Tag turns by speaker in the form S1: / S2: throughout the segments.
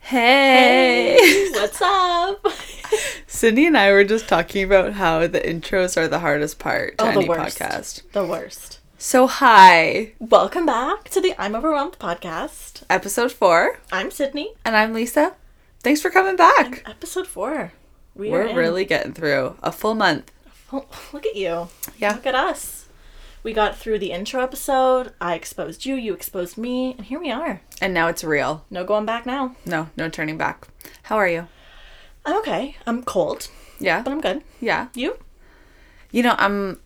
S1: Hey.
S2: what's up?
S1: Cindy and I were just talking about how the intros are the hardest part to
S2: Oh, the
S1: any
S2: worst.
S1: podcast.
S2: the worst.
S1: So, hi,
S2: Welcome back to the I'm Overwhelmed podcast.
S1: episode four,
S2: I'm Sydney.
S1: and I'm Lisa. Thanks for coming back.
S2: Episode four. We
S1: We're
S2: in.
S1: really getting through a full month.
S2: Oh, look at you.
S1: Yeah.
S2: Look at us. We got through the intro episode. I exposed you. You exposed me, and here we are.
S1: And now it's real.
S2: No going back now.
S1: No, no turning back. How are you?
S2: I'm okay. I'm cold,
S1: Yeah.
S2: but I'm good.
S1: Yeah.
S2: You?
S1: You know, I'm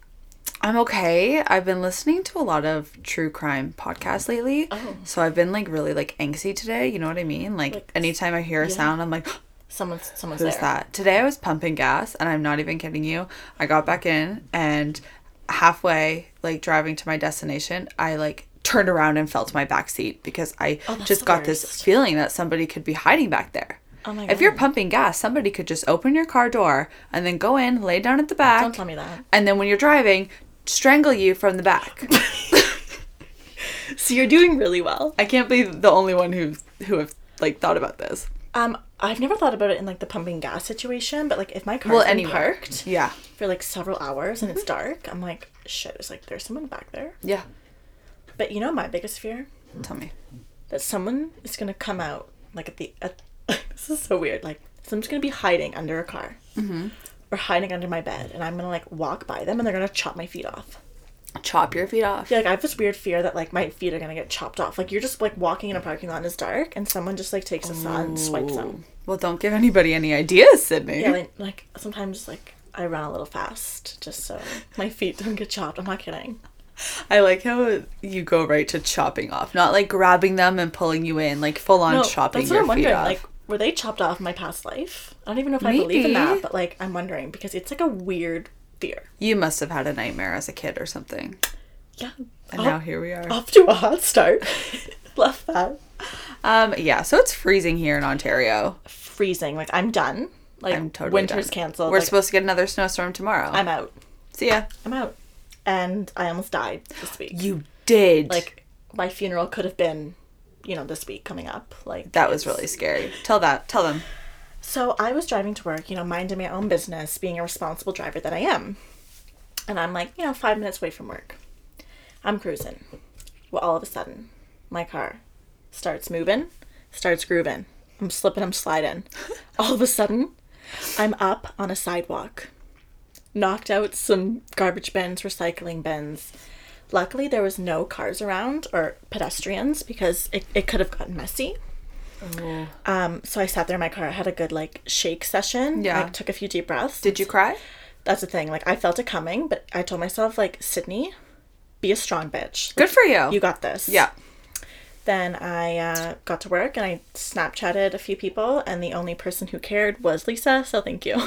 S1: I'm okay. I've been listening to a lot of true crime podcasts lately.
S2: Oh.
S1: So I've been like really like angsty today, you know what I mean? Like,
S2: Like,
S1: anytime I hear a
S2: yeah.
S1: sound, I'm like
S2: Someone's someone's
S1: Who's
S2: there.
S1: that? Today I was pumping gas, and I'm not even kidding you. I got back in, and halfway, like driving to my destination, I like turned around and felt my back seat because I
S2: Oh, that's
S1: just
S2: the
S1: got this
S2: worst.
S1: feeling that somebody could be hiding back there.
S2: Oh my
S1: If you're
S2: God.
S1: pumping gas, somebody could just open your car door and then go in, lay down at the back,
S2: Don't tell me that.
S1: and then when you're driving, strangle you from the back.
S2: So you're doing really well.
S1: I can't be the only one who who have like thought about this.
S2: Um, I've never thought about it in like the pumping gas situation, but like if my car's
S1: Well,
S2: been
S1: anywhere.
S2: parked,
S1: Yeah,
S2: for like several hours and it's dark. I'm like, shit, it's like there's someone back there.
S1: yeah.
S2: But you know my biggest fear?
S1: Tell me.
S2: That someone is gonna come out like at the at, this is so weird. Like someone's gonna be hiding under a car. Or hiding under my bed and I'm gonna like walk by them and they're gonna chop my feet off.
S1: Chop your feet off.
S2: Yeah, like I have this weird fear that like my feet are gonna get chopped off. Like you're just like walking in a parking lot and it's dark and someone just like takes a saw and swipes them.
S1: Well, don't give anybody any ideas, Sydney.
S2: Yeah, like, like sometimes like I run a little fast just so my feet don't get chopped. I'm not kidding.
S1: I like how you go right to chopping off, not like grabbing them and pulling you in, like full on chopping
S2: that's what
S1: your
S2: I'm wondering.
S1: feet off.
S2: Like, were they chopped off in my past life? I don't even know if I believe
S1: Maybe.
S2: in that, but like, I'm wondering because it's like a weird fear.
S1: you must have had a nightmare as a kid or something,
S2: Yeah.
S1: and
S2: off,
S1: now here we are.
S2: off to a hot start. Love that.
S1: Um, yeah. So it's freezing here in Ontario.
S2: Freezing. Like, I'm done. Like,
S1: I'm totally
S2: winter's
S1: done.
S2: canceled.
S1: We're
S2: like,
S1: supposed to get another snowstorm tomorrow.
S2: I'm out.
S1: See ya.
S2: I'm out. And I almost died this week.
S1: You did.
S2: Like, my funeral could have been, you know, this week coming up. Like,
S1: that was
S2: it's-
S1: really scary. Tell that. Tell them.
S2: So I was driving to work, you know, minding my own business, being a responsible driver that I am. And I'm like, you know, five minutes away from work. I'm cruising. Well, all of a sudden, my car starts moving, starts grooving. I'm slipping, I'm sliding. All of a sudden, I'm up on a sidewalk. Knocked out some garbage bins, recycling bins. Luckily, there was no cars around or pedestrians because it, it could have gotten messy. Um, so I sat there in my car. I had a good like shake session.
S1: Yeah.
S2: Like, took a few deep breaths.
S1: Did you cry?
S2: That's the thing. Like I felt it coming, but I told myself like Sydney, be a strong bitch. Like,
S1: Good for you.
S2: you got this.
S1: yeah.
S2: Then I uh, got to work and I Snapchatted a few people, and the only person who cared was Lisa. So thank you.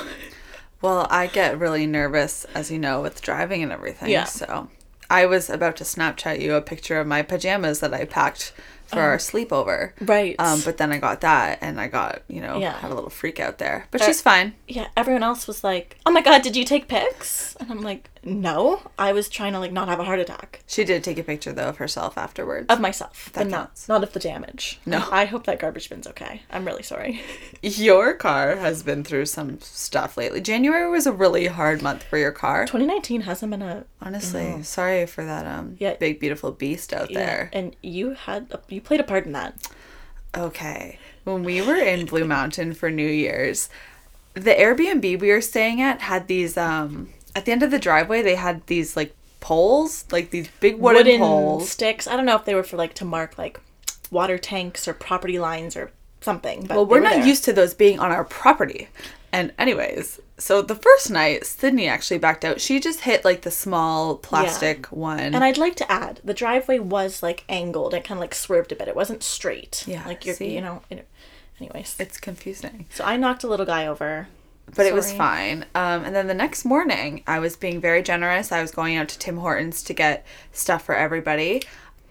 S1: Well, I get really nervous, as you know, with driving and everything.
S2: Yeah.
S1: So I was about to Snapchat you a picture of my pajamas that I packed for our sleepover.
S2: Oh. Right.
S1: Um, but then I got that and I got, you know,
S2: Yeah.
S1: had a little freak out there. But
S2: Uh,
S1: she's fine.
S2: yeah, everyone else was like, "Oh my god, did you take pics?" And I'm like, "No, I was trying to like not have a heart attack
S1: She did take a picture, though, of herself afterwards.
S2: of myself, but
S1: counts.
S2: not not of the damage."
S1: No.
S2: I hope that garbage bin's okay. I'm really sorry.
S1: Your car has been through some stuff lately. January was a really hard month for your car.
S2: 2019 hasn't been a
S1: Honestly, sorry for that um
S2: Mm-hmm. Yeah.
S1: big beautiful beast out there.
S2: and you had a, you played a part in that.
S1: Okay. When we were in Blue Mountain for New Year's, the Airbnb we were staying at had these um at the end of the driveway they had these like poles, like these big wooden,
S2: Wooden
S1: poles.
S2: sticks. I don't know if they were for like to mark like water tanks or property lines or something. But
S1: Well,
S2: they
S1: we're
S2: were
S1: not
S2: there.
S1: used to those being on our property. And anyways, so the first night Sydney actually backed out. She just hit like the small plastic one.
S2: And I'd like to add, the driveway was like angled and kind of like swerved a bit. It wasn't straight.
S1: Yeah,
S2: like you're,
S1: see?
S2: you know. It, anyways,
S1: it's confusing.
S2: so I knocked a little guy over.
S1: but it was
S2: Sorry.
S1: fine. Um, and then the next morning, I was being very generous. I was going out to Tim Hortons to get stuff for everybody.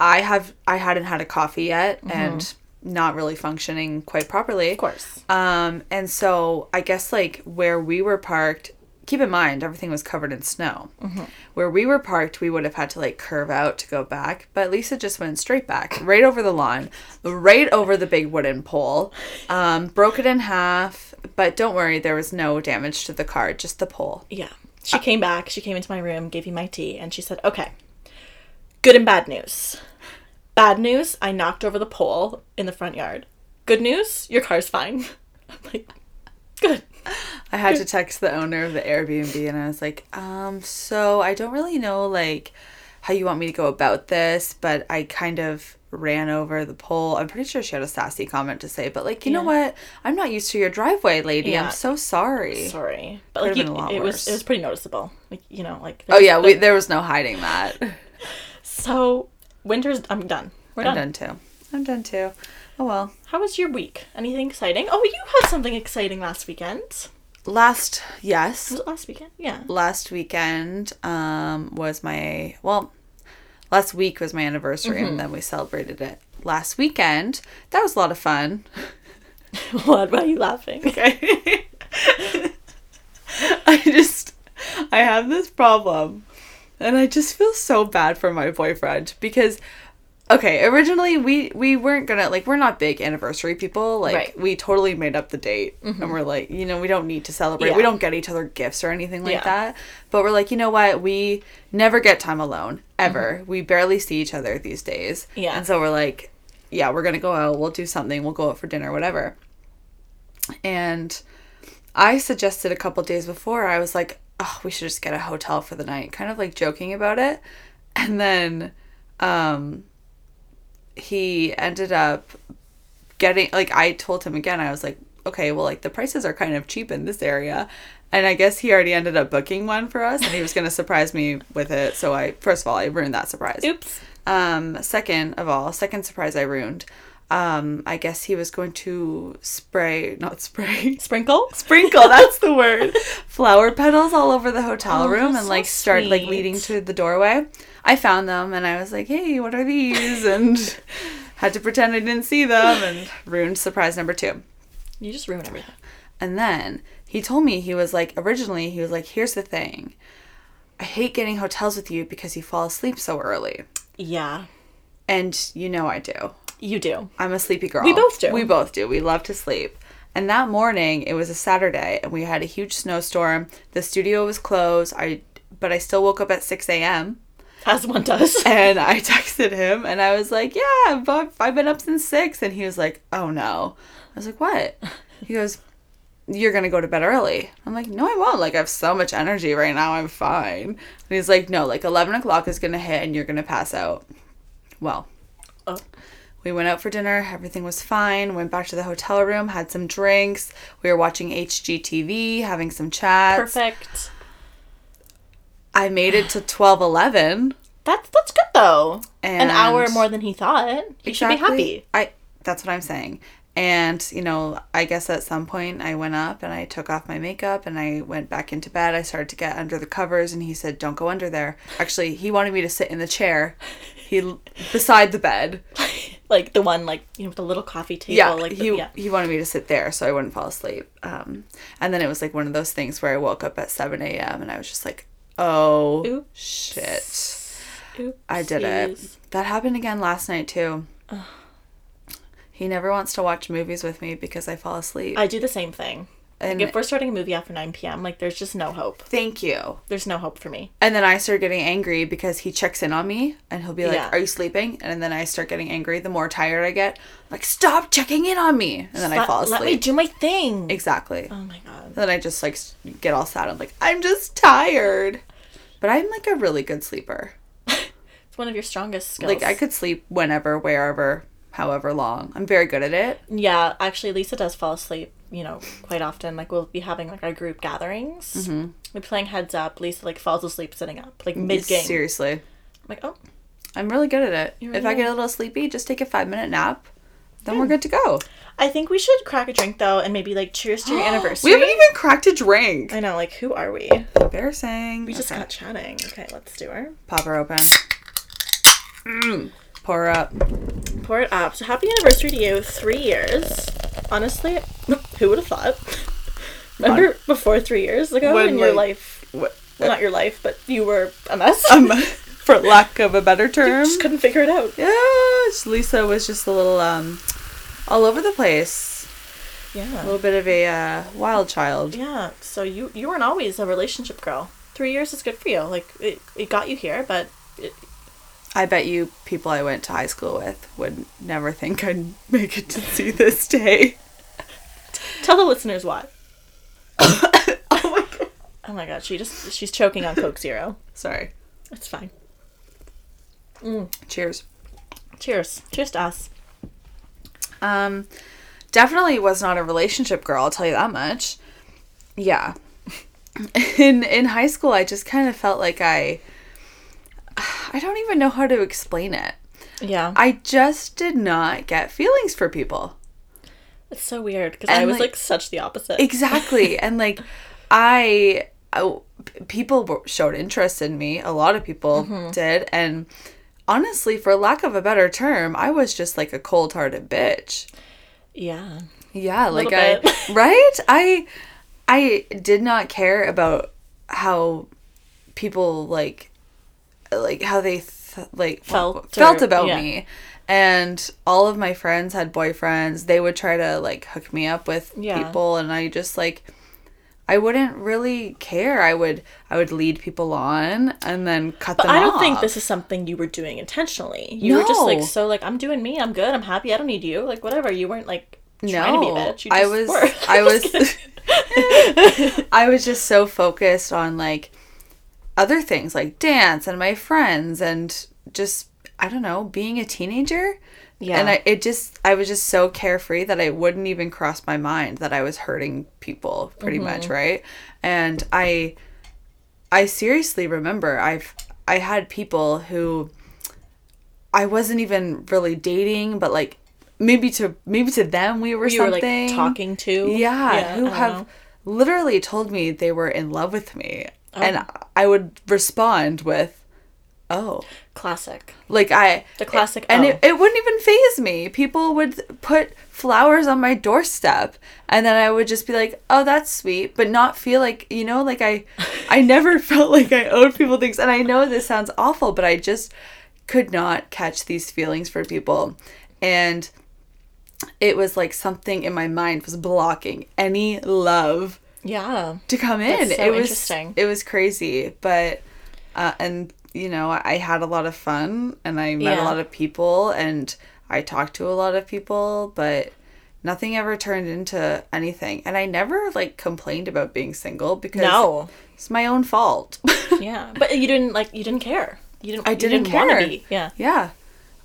S1: I have I hadn't had a coffee yet, and not really functioning quite properly.
S2: Of course.
S1: Um, and so I guess like where we were parked, keep in mind everything was covered in snow. Where we were parked, we would have had to like curve out to go back, but Lisa just went straight back, right over the lawn, right over the big wooden pole, um, broke it in half. But don't worry, there was no damage to the car, just the pole.
S2: Yeah. She
S1: Uh,
S2: came back, she came into my room, gave me my tea, and she said, Okay, good and bad news. Bad news, I knocked over the pole in the front yard. Good news, your car's fine. I'm like, Good.
S1: I had to text the owner of the Airbnb and I was like, um, so I don't really know like how you want me to go about this, but I kind of ran over the pole. I'm pretty sure she had a sassy comment to say, but like, you know what? I'm not used to your driveway, lady.
S2: Yeah.
S1: I'm so sorry.
S2: Sorry. But like
S1: Could've been
S2: you,
S1: a lot
S2: it was
S1: worse.
S2: it was pretty noticeable. Like, you know, like
S1: Oh yeah, we,
S2: like-
S1: there was no hiding that.
S2: so winter's I'm done. We're
S1: I'm
S2: done.
S1: done too. I'm done too. Oh well.
S2: How was your week? Anything exciting? Oh, you had something exciting last weekend.
S1: Last yes,
S2: Was it last weekend? Yeah.
S1: last weekend um, was my well last week was my anniversary and then we celebrated it last weekend that was a lot of fun
S2: what? Why are you laughing?
S1: okay i just i have this problem and i just feel so bad for my boyfriend because okay originally we we weren't gonna like we're not big anniversary people like
S2: Right. Mm-hmm.
S1: we totally made up the date and we're like you know we don't need to celebrate we
S2: Yeah.
S1: don't get each other gifts or anything like
S2: Yeah.
S1: that but we're like you know what we never get time alone ever
S2: Mm-hmm.
S1: we barely see each other these days
S2: Yeah.
S1: and so we're like yeah we're gonna go out we'll do something we'll go out for dinner whatever and I suggested a couple days before, I was like, oh, we should just get a hotel for the night, kind of like joking about it. And then um, he ended up getting, like, I told him again, I was like, okay, well, like, the prices are kind of cheap in this area. And I guess he already ended up booking one for us and he was going to surprise me with it. So I, first of all, I ruined that surprise.
S2: Oops.
S1: Um, second of all, second surprise I ruined. Um, I guess he was going to spray, not spray,
S2: Sprinkle?
S1: sprinkle Oh, that's the word flower petals all over the hotel
S2: Oh,
S1: room
S2: that's
S1: and
S2: so
S1: like start like
S2: sweet.
S1: leading to the doorway i found them and i was like hey what are these and had to pretend i didn't see them and ruined surprise number two
S2: You just ruined everything.
S1: and then he told me he was like originally he was like here's the thing i hate getting hotels with you because you fall asleep so early
S2: Yeah.
S1: and you know i do
S2: You do.
S1: I'm a sleepy girl.
S2: We both do.
S1: We both do. We love to sleep. And that morning, it was a Saturday, and we had a huge snowstorm. The studio was closed. I, but I still woke up at 6 a.m.
S2: As one does.
S1: and I texted him, and I was like, "Yeah, Bob, I've been up since 6. And he was like, "Oh no." I was like, "What?" He goes, "You're gonna go to bed early." I'm like, "No, I won't. Like, I have so much energy right now. I'm fine." And he's like, "No, like 11 o'clock is gonna hit, and you're gonna pass out." Well,
S2: Oh.
S1: we went out for dinner. Everything was fine. Went back to the hotel room, had some drinks. We were watching HGTV, having some chats.
S2: Perfect.
S1: I made it to twelve eleven.
S2: That's that's good though.
S1: And-
S2: An hour more than he thought. He should be happy.
S1: I. That's what I'm saying. And you know, I guess at some point I went up and I took off my makeup and I went back into bed. I started to get under the covers, and he said, "Don't go under there." Actually, he wanted me to sit in the chair, he beside the bed.
S2: like the one like you know with the little coffee table.
S1: yeah,
S2: like the,
S1: he
S2: yeah.
S1: he wanted me to sit there so I wouldn't fall asleep. Um, and then it was like one of those things where I woke up at seven a.m. and I was just like, "Oh
S2: Oops.
S1: shit, I did it."
S2: Oopsies.
S1: That happened again last night too. He never wants to watch movies with me because I fall asleep.
S2: I do the same thing.
S1: and
S2: Like if we're starting a movie after 9 p.m., like there's just no hope.
S1: thank you.
S2: There's no hope for me.
S1: And then I start getting angry because he checks in on me and he'll be like,
S2: Yeah.
S1: "Are you sleeping?" And then I start getting angry. The more tired I get, I'm like, "Stop checking in on me!" And then I
S2: Let-
S1: fall asleep.
S2: Let me do my thing.
S1: exactly.
S2: oh my god.
S1: Then I just like s- get all sad. I'm like, I'm just tired. But I'm like a really good sleeper.
S2: It's one of your strongest skills.
S1: Like I could sleep whenever, wherever, however long. I'm very good at it.
S2: Yeah, actually, Lisa does fall asleep, you know, quite often. Like, we'll be having, like, our group gatherings. Mm-hmm. We're playing heads up. Lisa, like, falls asleep sitting up, like, mid game.
S1: Seriously.
S2: like, oh,
S1: I'm really good at it.
S2: You're
S1: if I
S2: really
S1: get a little sleepy, just take a five minute nap. Then we're good to go.
S2: I think we should crack a drink, though, and maybe, like, cheers to your anniversary.
S1: We haven't even cracked a drink.
S2: I know, like, who are we?
S1: Embarrassing.
S2: We just
S1: Okay.
S2: got chatting. Okay, let's do her.
S1: pop her open. Mm. Pour up.
S2: Pour it up. So, happy anniversary to you. Three years. Honestly, who would have thought? Remember before three years ago
S1: When,
S2: in your
S1: like-
S2: life,
S1: What,
S2: well, not your life, but you were a mess.
S1: um, for lack of a better term.
S2: just couldn't figure it out.
S1: Yes, Lisa was just a little um, all over the place. A
S2: Yeah.
S1: little bit of a uh, wild child.
S2: Yeah. So you you weren't always a relationship girl. Three years is good for you. Like it, it got you here, but it,
S1: I bet you people I went to high school with would never think I'd make it to see this day.
S2: tell the listeners why. oh my god. Oh my god. She just she's choking on Coke Zero.
S1: Sorry.
S2: It's fine.
S1: Cheers.
S2: Cheers. Cheers to us.
S1: Um, definitely was not a relationship girl. I'll tell you that much. Yeah. In in high school, I just kind of felt like I. I don't even know how to explain it.
S2: Yeah.
S1: I just did not get feelings for people.
S2: it's so weird because
S1: And,
S2: I was
S1: like-
S2: like, such the opposite.
S1: Exactly. and like I, I- p- people were- showed interest in me. A lot of people did and honestly for lack of a better term, I was just like a cold-hearted bitch.
S2: yeah.
S1: Yeah, like I
S2: little bit.
S1: right? I I did not care about how people like like how they th- like
S2: Felt
S1: felt
S2: or-
S1: about
S2: yeah.
S1: me. And all of my friends had boyfriends. They would try to like hook me up with
S2: Yeah.
S1: people and I just like I wouldn't really care. I would I would lead people on and then cut
S2: But
S1: them off.
S2: I don't think this is something you were doing intentionally. You were just like
S1: No.
S2: so like I'm doing me, I'm good, I'm happy, I don't need you, like whatever. You weren't like trying to be a bitch. You
S1: I
S2: just
S1: was
S2: were.
S1: I was I was just so focused on like other things like dance and my friends and just I don't know, being a teenager.
S2: Yeah.
S1: And I it just I was just so carefree that I wouldn't even cross my mind that I was hurting people pretty much,
S2: Mm-hmm.
S1: right? And I I seriously remember I've I had people who I wasn't even really dating, but like maybe to maybe to them we were
S2: you were
S1: something
S2: like talking to.
S1: yeah,
S2: I
S1: who
S2: don't
S1: have
S2: know.
S1: literally told me they were in love with me
S2: Oh.
S1: and I would respond with oh
S2: classic.
S1: like I
S2: The classic
S1: and
S2: oh.
S1: it, it wouldn't even phase me people would put flowers on my doorstep and then I would just be like oh that's sweet but not feel like you know like I I never felt like I owed people things and I know this sounds awful but I just could not catch these feelings for people and it was like something in my mind was blocking any love
S2: Yeah.
S1: to come in.
S2: That's so
S1: it was
S2: interesting.
S1: it was crazy, but uh, and you know I had a lot of fun and I met a
S2: Yeah.
S1: lot of people and I talked to a lot of people, but nothing ever turned into anything. And I never like complained about being single because
S2: No.
S1: it's my own fault.
S2: Yeah. But you didn't like you didn't care. You didn't
S1: I
S2: you
S1: didn't,
S2: wanna
S1: care.
S2: be. Yeah.
S1: yeah,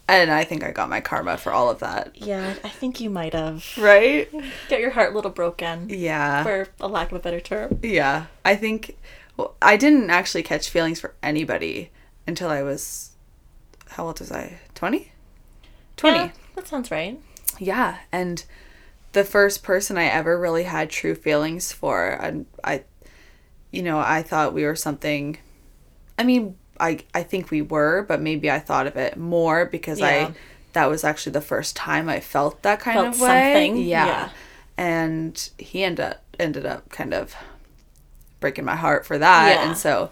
S1: and I think I got my karma for all of that.
S2: Yeah, I think you might have.
S1: Right?
S2: Get your heart a little broken
S1: Yeah.
S2: for a lack of a better term.
S1: Yeah, I think well, I didn't actually catch feelings for anybody until I was how old was I? 20? 20.
S2: Yeah,
S1: Yeah.
S2: that sounds right.
S1: and the first person I ever really had true feelings for and I you know, I thought we were something I mean, I I think we were, but maybe I thought of it more because
S2: Yeah.
S1: I that was actually the first time I felt that kind
S2: Felt
S1: of way.
S2: something,
S1: Yeah.
S2: yeah.
S1: And he ended up ended up kind of breaking my heart for that.
S2: Yeah.
S1: And so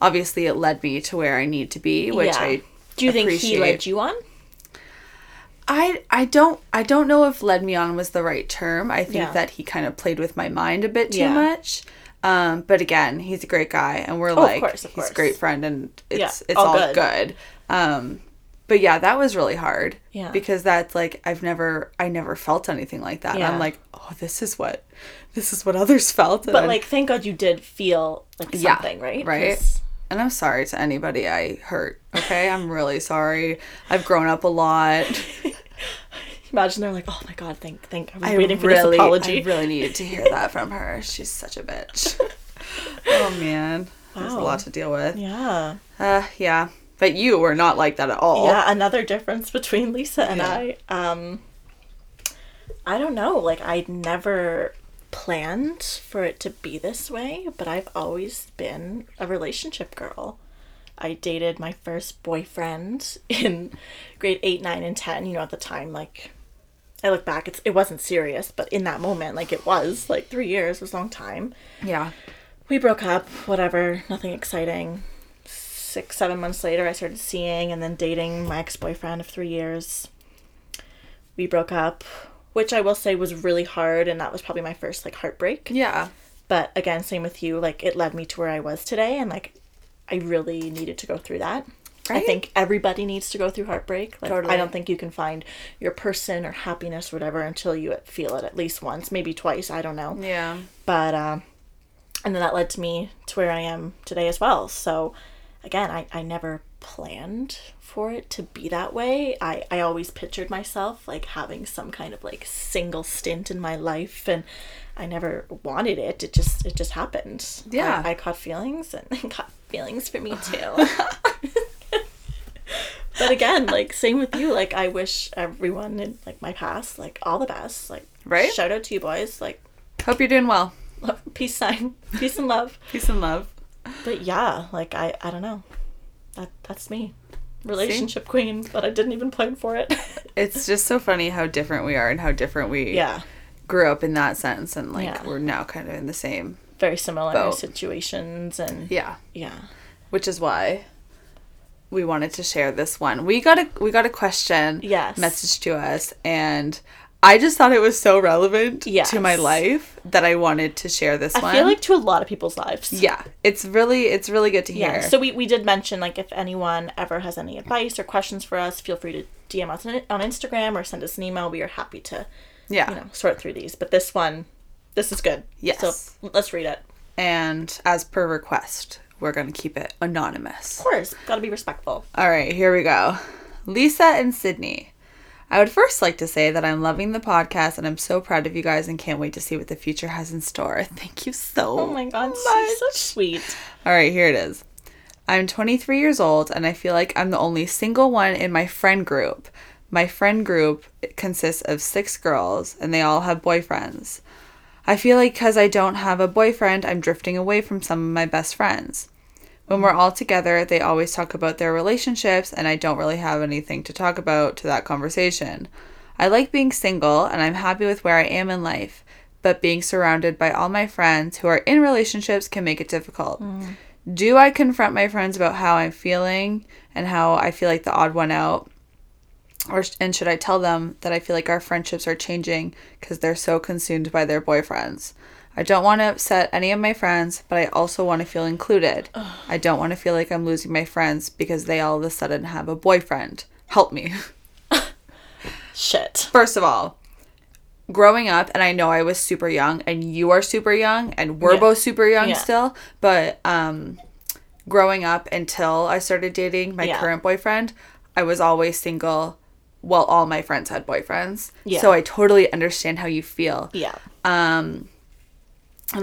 S1: obviously it led me to where I need to be, which
S2: yeah.
S1: I
S2: Do you think he
S1: appreciate.
S2: led you on?
S1: I I don't I don't know if led me on was the right term. I think
S2: Yeah.
S1: that he kind of played with my mind a bit too
S2: Yeah.
S1: much. Um, but again, he's a great guy, and we're like
S2: course, of
S1: he's
S2: course.
S1: a great friend, and it's
S2: Yeah,
S1: it's
S2: all
S1: all,
S2: good.
S1: good. Um, but yeah, that was really hard.
S2: Yeah.
S1: because that's like I've never I never felt anything like that.
S2: Yeah.
S1: I'm like, oh, this is what this is what others felt. And
S2: But
S1: I'm-
S2: like, thank God you did feel like
S1: Yeah,
S2: something, right?
S1: right.
S2: 'Cause-
S1: and I'm sorry to anybody I hurt. Okay, I'm really sorry. I've grown up a lot.
S2: Imagine they're like, oh my God, thank, thank, I was
S1: I
S2: waiting for this
S1: really-
S2: apology.
S1: I really needed to hear that from her. She's such a bitch. oh man, there's a
S2: Wow.
S1: lot to deal with.
S2: yeah.
S1: Uh, yeah, but you were not like that at all.
S2: Yeah. Another difference between Lisa and
S1: Oh. Yeah.
S2: I. Um, I don't know. Like, I'd never planned for it to be this way, but I've always been a relationship girl. I dated my first boyfriend in grade eight, nine, and 10. You know, at the time, like, I look back, it's it wasn't serious, but in that moment, like it was, like three years was a long time.
S1: Yeah.
S2: We broke up, whatever, nothing exciting. Six, seven months later I started seeing and then dating my ex boyfriend of three years. We broke up, which I will say was really hard and that was probably my first like heartbreak.
S1: Yeah.
S2: But again, same with you, like it led me to where I was today and like I really needed to go through that. I
S1: Right?
S2: think everybody needs to go through heartbreak. Like
S1: Totally.
S2: I don't think you can find your person or happiness or whatever until you feel it at least once, maybe twice, I don't know.
S1: Yeah.
S2: But um and then that led to me to where I am today as well. So again, I, I never planned for it to be that way. I, I always pictured myself like having some kind of like single stint in my life and I never wanted it. It just it just happened.
S1: Yeah.
S2: I, I caught feelings and I caught feelings for me too. but again, like same with you. Like I wish everyone in like my past, like all the best. Like
S1: Right?
S2: shout out to you boys. Like
S1: Hope you're doing well.
S2: love, peace sign, peace and love.
S1: Peace and love.
S2: But yeah, like I, I don't know. That that's me, relationship queen. But I didn't even plan for it.
S1: It's just so funny how different we are and how different we
S2: yeah,
S1: grew up in that sense and like
S2: Yeah.
S1: we're now kind of in the same.
S2: very similar
S1: Boat.
S2: situations and
S1: Yeah.
S2: yeah.
S1: Which is why we wanted to share this one. We got a we got a question
S2: Yes.
S1: message to us and I just thought it was so relevant
S2: Yes.
S1: to my life that I wanted to share this one.
S2: I feel like to a lot of people's lives.
S1: yeah, it's really it's really good to hear.
S2: Yeah. So we, we did mention like if anyone ever has any advice or questions for us, feel free to DM us on, on Instagram or send us an email. We are happy to
S1: yeah.
S2: you know sort through these. But this one, this is good.
S1: Yes.
S2: So let's read it.
S1: And as per request, we're going to keep it anonymous.
S2: Of course, gotta be respectful.
S1: All right, here we go. Lisa and Sydney. I would first like to say that I'm loving the podcast and I'm so proud of you guys and can't wait to see what the future has in store. Thank you so
S2: Oh my god,
S1: much.
S2: she's so sweet.
S1: All right, here it is. I'm 23 years old and I feel like I'm the only single one in my friend group. My friend group consists of six girls and they all have boyfriends. I feel like because I don't have a boyfriend, I'm drifting away from some of my best friends. When we're all together, they always talk about their relationships, and I don't really have anything to talk about to that conversation. I like being single, and I'm happy with where I am in life, but being surrounded by all my friends who are in relationships can make it difficult. Do I confront my friends about how I'm feeling and how I feel like the odd one out? Or, sh- and should I tell them that I feel like our friendships are changing because they're so consumed by their boyfriends? I don't want to upset any of my friends, but I also want to feel included. I don't want to feel like I'm losing my friends because they all of a sudden have a boyfriend. Help me.
S2: Shit.
S1: First of all, growing up, and I know I was super young, and you are super young, and we're
S2: Yeah.
S1: both super young
S2: Yeah.
S1: still, but um, growing up until I started dating my
S2: Yeah.
S1: current boyfriend, I was always single while all my friends had boyfriends.
S2: Yeah.
S1: So I totally understand how you feel.
S2: Yeah.
S1: And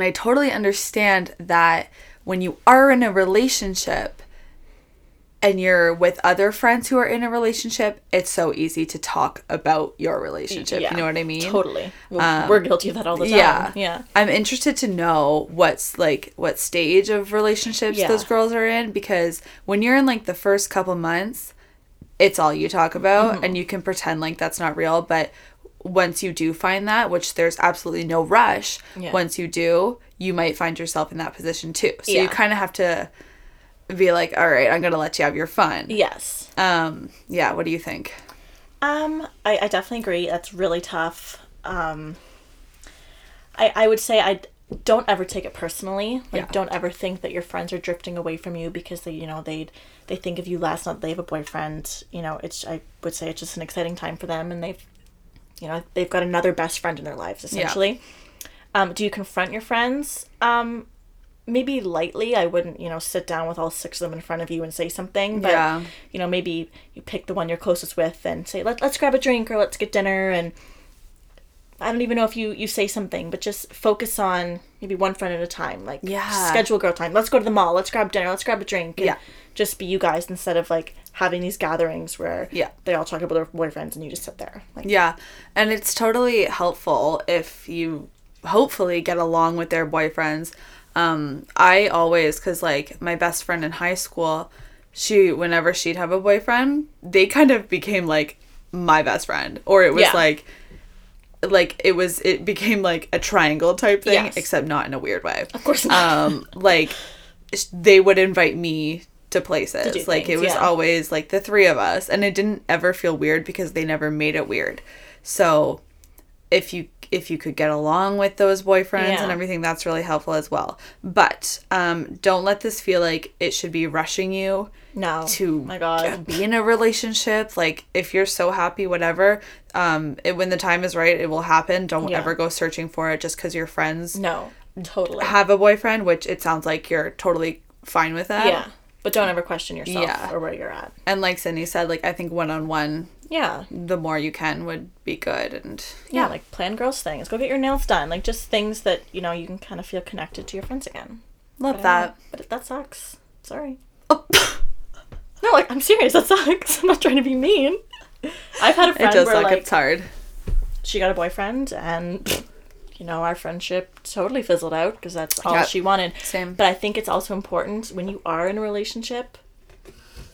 S1: I totally understand that when you are in a relationship and you're with other friends who are in a relationship, it's so easy to talk about your relationship.
S2: yeah.
S1: You know what I mean? Um,
S2: Totally. We're, we're guilty of that all the time.
S1: Yeah.
S2: Yeah. Yeah.
S1: I'm interested to know what's like what stage of relationships
S2: Yeah.
S1: those girls are in because when you're in like the first couple months, it's all you talk about
S2: Mm-hmm.
S1: and you can pretend like that's not real, but once you do find that, which there's absolutely no rush,
S2: Yeah.
S1: once you do, you might find yourself in that position too. So you
S2: Yeah.
S1: kind of have to be like, "All right, I'm going to let you have your fun."
S2: Yes.
S1: Um, yeah, what do you think?
S2: Um, I, I definitely agree. That's really tough. Um, I, I would say I d- don't ever take it personally. Like,
S1: Yeah.
S2: don't ever think that your friends are drifting away from you because they, you know, they they think of you last night. They have a boyfriend. You know, it's I would say it's just an exciting time for them, and they've, you know, they've got another best friend in their lives essentially. Um, do you confront your friends? Um, maybe lightly. I wouldn't, you know, sit down with all six of them in front of you and say something. But
S1: Yeah.
S2: you know, maybe you pick the one you're closest with and say, Let, let's grab a drink or let's get dinner. And I don't even know if you, you say something, but just focus on maybe one friend at a time. Like,
S1: Yeah.
S2: schedule girl time. Let's go to the mall. Let's grab dinner. Let's grab a drink. and
S1: Yeah.
S2: Just be you guys instead of like having these gatherings where
S1: Yeah.
S2: they all talk about their boyfriends and you just sit there. Like,
S1: Yeah. And it's totally helpful if you hopefully get along with their boyfriends. Um, I always, because like my best friend in high school, she, whenever she'd have a boyfriend, they kind of became like my best friend. Or it was
S2: Yeah.
S1: like, like it was it became like a triangle type thing
S2: Yes.
S1: except not in a weird way
S2: Of course not.
S1: um like sh- they would invite me to places
S2: do
S1: like it
S2: things,
S1: was
S2: yeah.
S1: always like the three of us and it didn't ever feel weird because they never made it weird so if you if you could get along with those boyfriends
S2: Yeah.
S1: and everything that's really helpful as well but um don't let this feel like it should be rushing you
S2: No. oh
S1: to
S2: my God.
S1: get- be in a relationship like if you're so happy whatever um it, when the time is right it will happen don't
S2: Yeah.
S1: ever go searching for it just because your friends
S2: No. Totally.
S1: have a boyfriend which it sounds like you're totally fine with that
S2: yeah. But don't ever question yourself
S1: Yeah.
S2: or where you're at.
S1: and like cindy said like i think one-on-one
S2: Yeah.
S1: the more you can would be good and
S2: yeah, like plan girls things. Go get your nails done. Like just things that you know you can kind of feel connected to your friends again.
S1: love
S2: But,
S1: that
S2: but that sucks. Sorry. no, like I'm serious. That sucks. I'm not trying to be mean. I've had a
S1: it
S2: friend
S1: does
S2: where
S1: suck
S2: like
S1: it's hard
S2: she got a boyfriend and you know our friendship totally fizzled out because that's all
S1: Yeah.
S2: she wanted.
S1: Same.
S2: But I think it's also important when you are in a relationship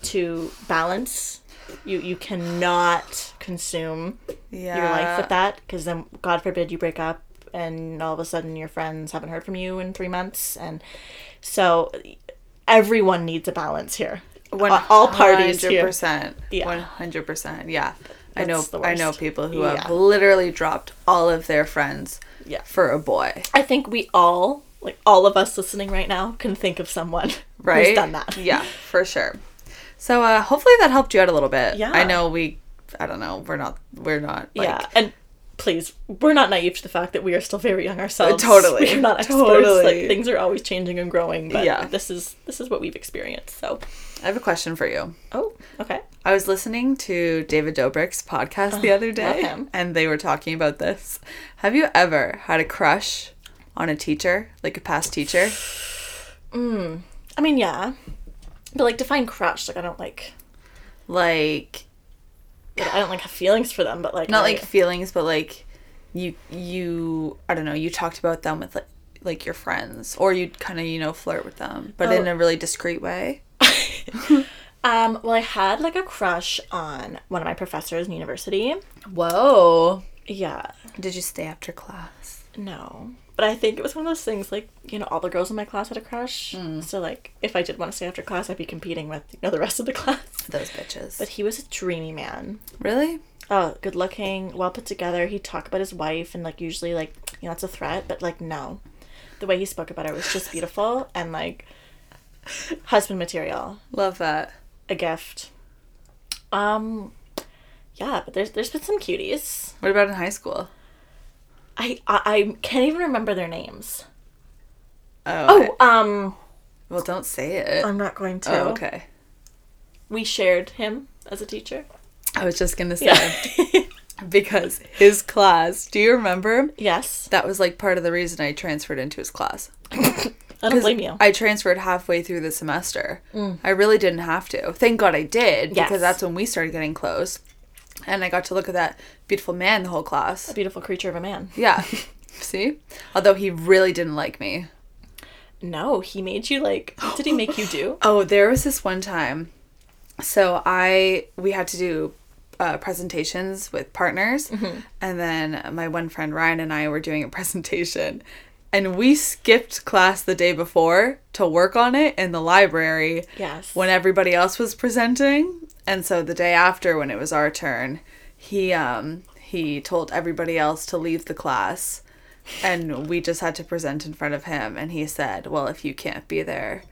S2: to balance. You you cannot consume
S1: yeah
S2: your life with that because then god forbid you break up and all of a sudden your friends haven't heard from you in three months and so everyone needs a balance here
S1: One
S2: All- all parties
S1: hundred
S2: here
S1: percent.
S2: Yeah.
S1: One hundred percent. Yeah. I know.
S2: That's the
S1: I know
S2: worst.
S1: people who have
S2: Yeah.
S1: literally dropped all of their friends.
S2: Yeah.
S1: For a boy.
S2: i think we all like all of us listening right now can think of someone
S1: Right.
S2: who's done that
S1: Yeah, for sure. So uh, hopefully that helped you out a little bit.
S2: Yeah.
S1: I know we. I don't know. We're not. We're not. Like,
S2: yeah and please we're not naive to the fact that we are still very young ourselves
S1: totally.
S2: we're not experts
S1: Totally.
S2: like things are always changing and growing but
S1: Yeah.
S2: this is this is what we've experienced so
S1: I have a question for you.
S2: oh okay
S1: I was listening to David Dobrik's podcast the other day,
S2: him.
S1: and they were talking about this. Have you ever had a crush on a teacher, like a past teacher?
S2: i mean yeah but like define crush like i don't like
S1: Like
S2: Like, I don't like have feelings for them, but like
S1: not
S2: I-
S1: like feelings but like you you i don't know you talked about them with like like your friends or you'd kind of you know flirt with them but in
S2: Oh.
S1: a really discreet way
S2: um. Well, I had like a crush on one of my professors in university.
S1: whoa
S2: Yeah.
S1: did you stay after class
S2: No. But I think it was one of those things like you know all the girls in my class had a crush.
S1: Mm.
S2: So like if I did want to stay after class, I'd be competing with you know the rest of the class.
S1: those bitches
S2: But he was a dreamy man.
S1: really
S2: Oh, good looking, well put together. He'd talk about his wife and like usually like you know that's a threat, but like no, the way he spoke about her was just beautiful and like husband material.
S1: love that
S2: a gift. Um, yeah, but there's there's been some cuties.
S1: what about in high school
S2: I I, I can't even remember their names.
S1: oh, I-
S2: Oh, um,
S1: well don't say it
S2: I'm not going to.
S1: oh okay
S2: We shared him as a teacher.
S1: i was just gonna say
S2: Yeah.
S1: because his class do you remember
S2: yes.
S1: that was like part of the reason i transferred into his class
S2: I don't
S1: 'Cause
S2: blame you. Mm.
S1: I transferred halfway through the semester. I really didn't have to. Thank God I did
S2: Yes.
S1: because that's when we started getting close. And I got to look at that beautiful man the whole class.
S2: A beautiful creature of a man.
S1: Yeah. See? Although he really didn't like me.
S2: No, he made you like. What did he make you do?
S1: Oh, there was this one time. So I we had to do uh, presentations with partners, and then my one friend Ryan and I were doing a presentation, and we skipped class the day before to work on it in the library.
S2: Yes.
S1: When everybody else was presenting, and so the day after when it was our turn, he um he told everybody else to leave the class. And we just had to present in front of him, and he said, "Well, if you can't be there,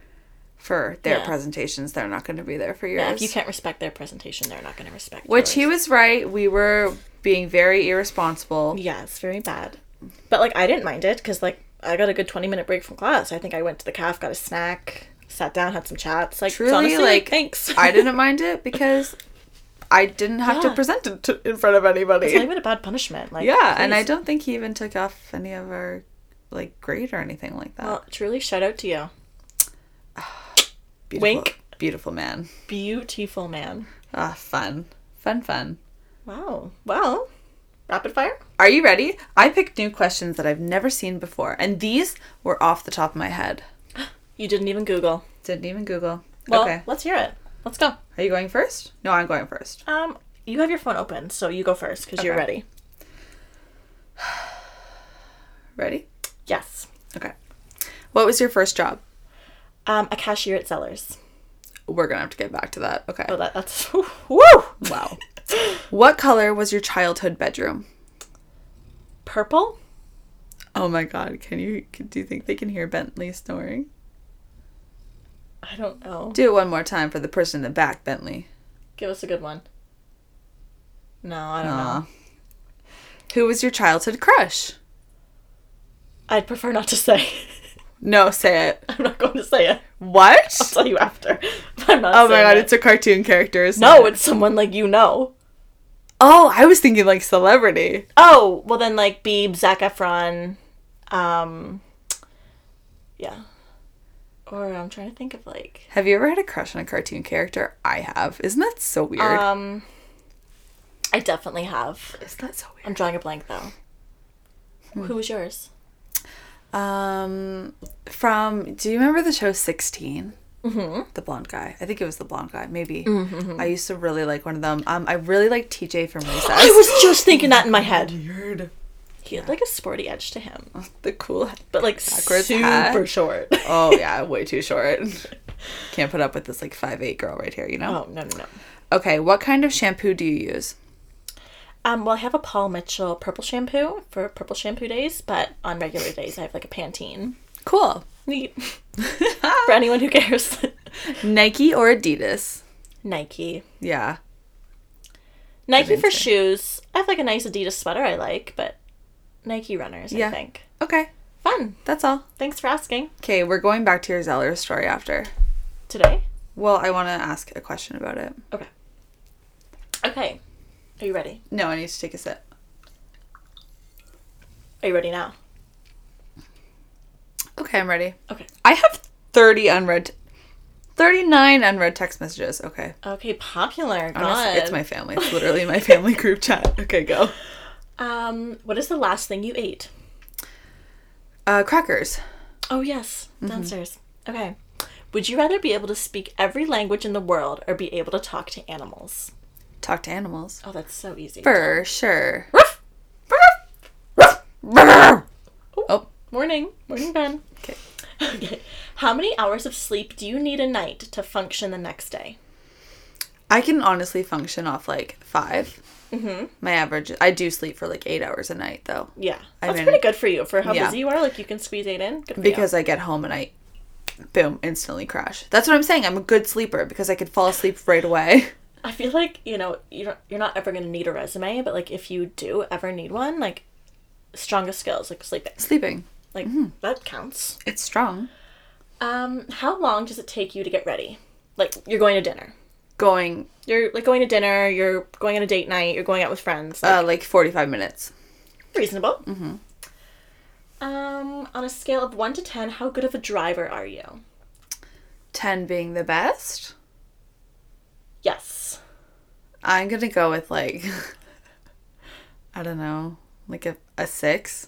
S1: for their
S2: Yeah.
S1: presentations. They're not going to be there for yours.
S2: Yeah, if you can't respect their presentation, they're not going to respect.
S1: Which he was
S2: yours.
S1: right. We were being very irresponsible.
S2: Yeah, it's very bad. But like, I didn't mind it because like I got a good twenty minute break from class. I think I went to the calf, got a snack, sat down, had some chats. Like, it's
S1: Truly,
S2: honestly, like,
S1: like,
S2: thanks.
S1: I didn't mind it because I didn't have to
S2: Yeah.
S1: present it to, in front of anybody.
S2: It's not even a bad punishment. Like
S1: yeah, and I
S2: please.
S1: don't think he even took off any of our like grade or anything like that.
S2: Well, truly, shout out to you,
S1: beautiful,
S2: wink.
S1: beautiful man.
S2: beautiful man.
S1: Ah, fun, fun, fun.
S2: Wow. Well, rapid fire.
S1: Are you ready? I picked new questions that I've never seen before, and these were off the top of my head.
S2: You didn't even Google.
S1: Didn't even Google.
S2: Well,
S1: okay,
S2: let's hear it. Let's go.
S1: are you going first? No, I'm going first.
S2: Um, you have your phone open, so you go first because you're
S1: Okay.
S2: ready.
S1: Ready?
S2: Yes.
S1: Okay. What was your first job?
S2: Um, a cashier at Zellers.
S1: We're gonna have to get back to that. Okay.
S2: Oh, that, that's woo.
S1: Wow. what color was your childhood bedroom?
S2: Purple.
S1: Oh my god, can you do you think they can hear Bentley snoring?
S2: I don't know.
S1: Do it one more time for the person in the back, Bentley.
S2: Give us a good one. No, I don't
S1: Aw.
S2: know.
S1: Who was your childhood crush?
S2: I'd prefer not to say.
S1: No, say it.
S2: I'm not going to say it.
S1: What?
S2: I'll tell you after. But I'm not.
S1: Oh my
S2: saying
S1: god,
S2: it.
S1: it's a cartoon character. Isn't
S2: no.
S1: it?
S2: It's someone like you know.
S1: Oh, I was thinking like celebrity.
S2: Oh well, then like Beeb, Zac Efron, um, yeah. Or I'm trying to think of like
S1: Have you ever had a crush on a cartoon character? I have. Isn't that so weird?
S2: um. I definitely have.
S1: Isn't that so weird?
S2: I'm drawing a blank though.
S1: Hmm.
S2: Who was yours?
S1: Um, from do you remember the show 16 Mm-hmm. The blonde guy. I think it was the blonde guy. Maybe. I used to really like one of them. Um, I really like TJ from
S2: I
S1: Recess.
S2: was just thinking that in my head.
S1: weird.
S2: He had like a sporty edge to him,
S1: The cool.
S2: but like
S1: Backwards
S2: super
S1: hat.
S2: short.
S1: Oh yeah, way too short. Can't put up with this like five eight girl right here. You know.
S2: Oh no no no.
S1: Okay, what kind of shampoo do you use?
S2: Um, well, I have a Paul Mitchell purple shampoo for purple shampoo days, but on regular days I have like a Pantene.
S1: Cool.
S2: Neat
S1: Ah.
S2: for anyone who cares.
S1: Nike or Adidas?
S2: Nike.
S1: Yeah.
S2: Nike for
S1: Amazing.
S2: shoes. I have like a nice Adidas sweater I like, but Nike runners,
S1: Yeah.
S2: I think.
S1: Okay,
S2: Fun.
S1: that's all.
S2: Thanks for asking.
S1: Okay, we're going back to your Zeller story after.
S2: Today?
S1: Well, I want to ask a question about it.
S2: Okay. Okay. Are you ready?
S1: No, I need to take a sip.
S2: Are you ready now?
S1: Okay, I'm ready.
S2: Okay.
S1: I have 30 unread, 39 unread text messages. Okay.
S2: Okay, popular. God.
S1: Honestly, it's my family. It's literally my family group chat. Okay, go.
S2: um, what is the last thing you ate?
S1: Uh, crackers.
S2: Oh yes, downstairs. Okay. Would you rather be able to speak every language in the world or be able to talk to animals?
S1: Talk to animals.
S2: Oh, that's so easy.
S1: For sure.
S2: Ruff!
S1: Oh,
S2: Morning. Morning, Ben.
S1: Okay.
S2: Okay. How many hours of sleep do you need a night to function the next day?
S1: I can honestly function off like 5 Mm-hmm. My average, I do sleep for like eight hours a night though,
S2: Yeah.
S1: I
S2: That's
S1: mean-
S2: pretty good for you for how
S1: Yeah.
S2: busy you are. Like, you can squeeze eight in. Good for you.
S1: because I get home and I, boom, instantly crash. That's what I'm saying. I'm a good sleeper because I could fall asleep right away.
S2: I feel like, you know, you're, you're not ever going to need a resume, but, like, if you do ever need one, like, strongest skills, like sleeping.
S1: Sleeping,
S2: Like,
S1: Mm-hmm.
S2: that counts.
S1: it's strong.
S2: Um, how long does it take you to get ready? Like, you're going to dinner.
S1: Going
S2: You're, like, going to dinner, you're going on a date night, you're going out with friends. Like,
S1: uh, like 45 minutes. Uh,
S2: Reasonable. Mm-hmm. Um, on a scale of one to ten, how good of a driver are you?
S1: 10 being the best.
S2: Yes.
S1: I'm gonna go with like, I don't know, like a, a six.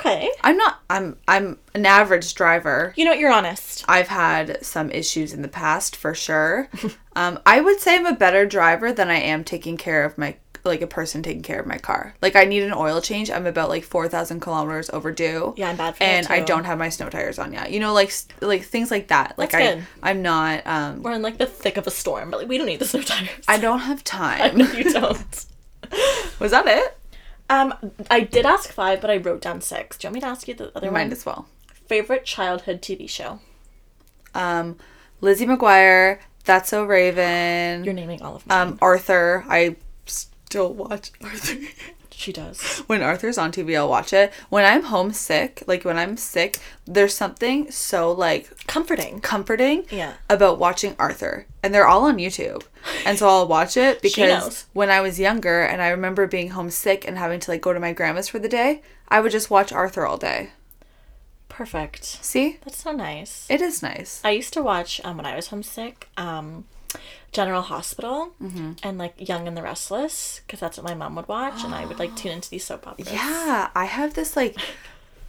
S2: Okay.
S1: I'm not. I'm I'm an average driver.
S2: You know what? You're honest.
S1: I've had some issues in the past for sure. um, I would say I'm a better driver than I am taking care of my like a person taking care of my car. Like I need an oil change. I'm about like four thousand kilometers overdue.
S2: Yeah, I'm bad for that,
S1: and I
S2: too.
S1: don't have my snow tires on yet. You know, like s- like things like that. Like
S2: That's
S1: I
S2: good.
S1: I'm not. Um,
S2: We're in like the thick of a storm, but like we don't need the snow tires.
S1: I don't have time.
S2: no, you don't.
S1: Was that it?
S2: um, I did ask five, but I wrote down six. Do you want me to ask you the other
S1: Mine
S2: one?
S1: as well.
S2: Favorite childhood TV show?
S1: Um, Lizzie McGuire. That's so Raven.
S2: You're naming all of them.
S1: um, Arthur. I still watch Arthur.
S2: Uh, she does.
S1: when Arthur's on TV, I'll watch it. When I'm homesick, like when I'm sick, there's something so like
S2: Comforting.
S1: comforting
S2: Yeah.
S1: about watching Arthur. And they're all on YouTube. And so I'll watch it because
S2: knows.
S1: when I was younger and I remember being homesick and having to like go to my grandma's for the day, I would just watch Arthur all day.
S2: Perfect.
S1: See?
S2: That's so nice.
S1: It is nice.
S2: I used to watch um, when I was homesick, um, General Hospital, and like Young and the Restless, because that's what my mom would watch, and I would like tune into these soap operas.
S1: Yeah, I have this like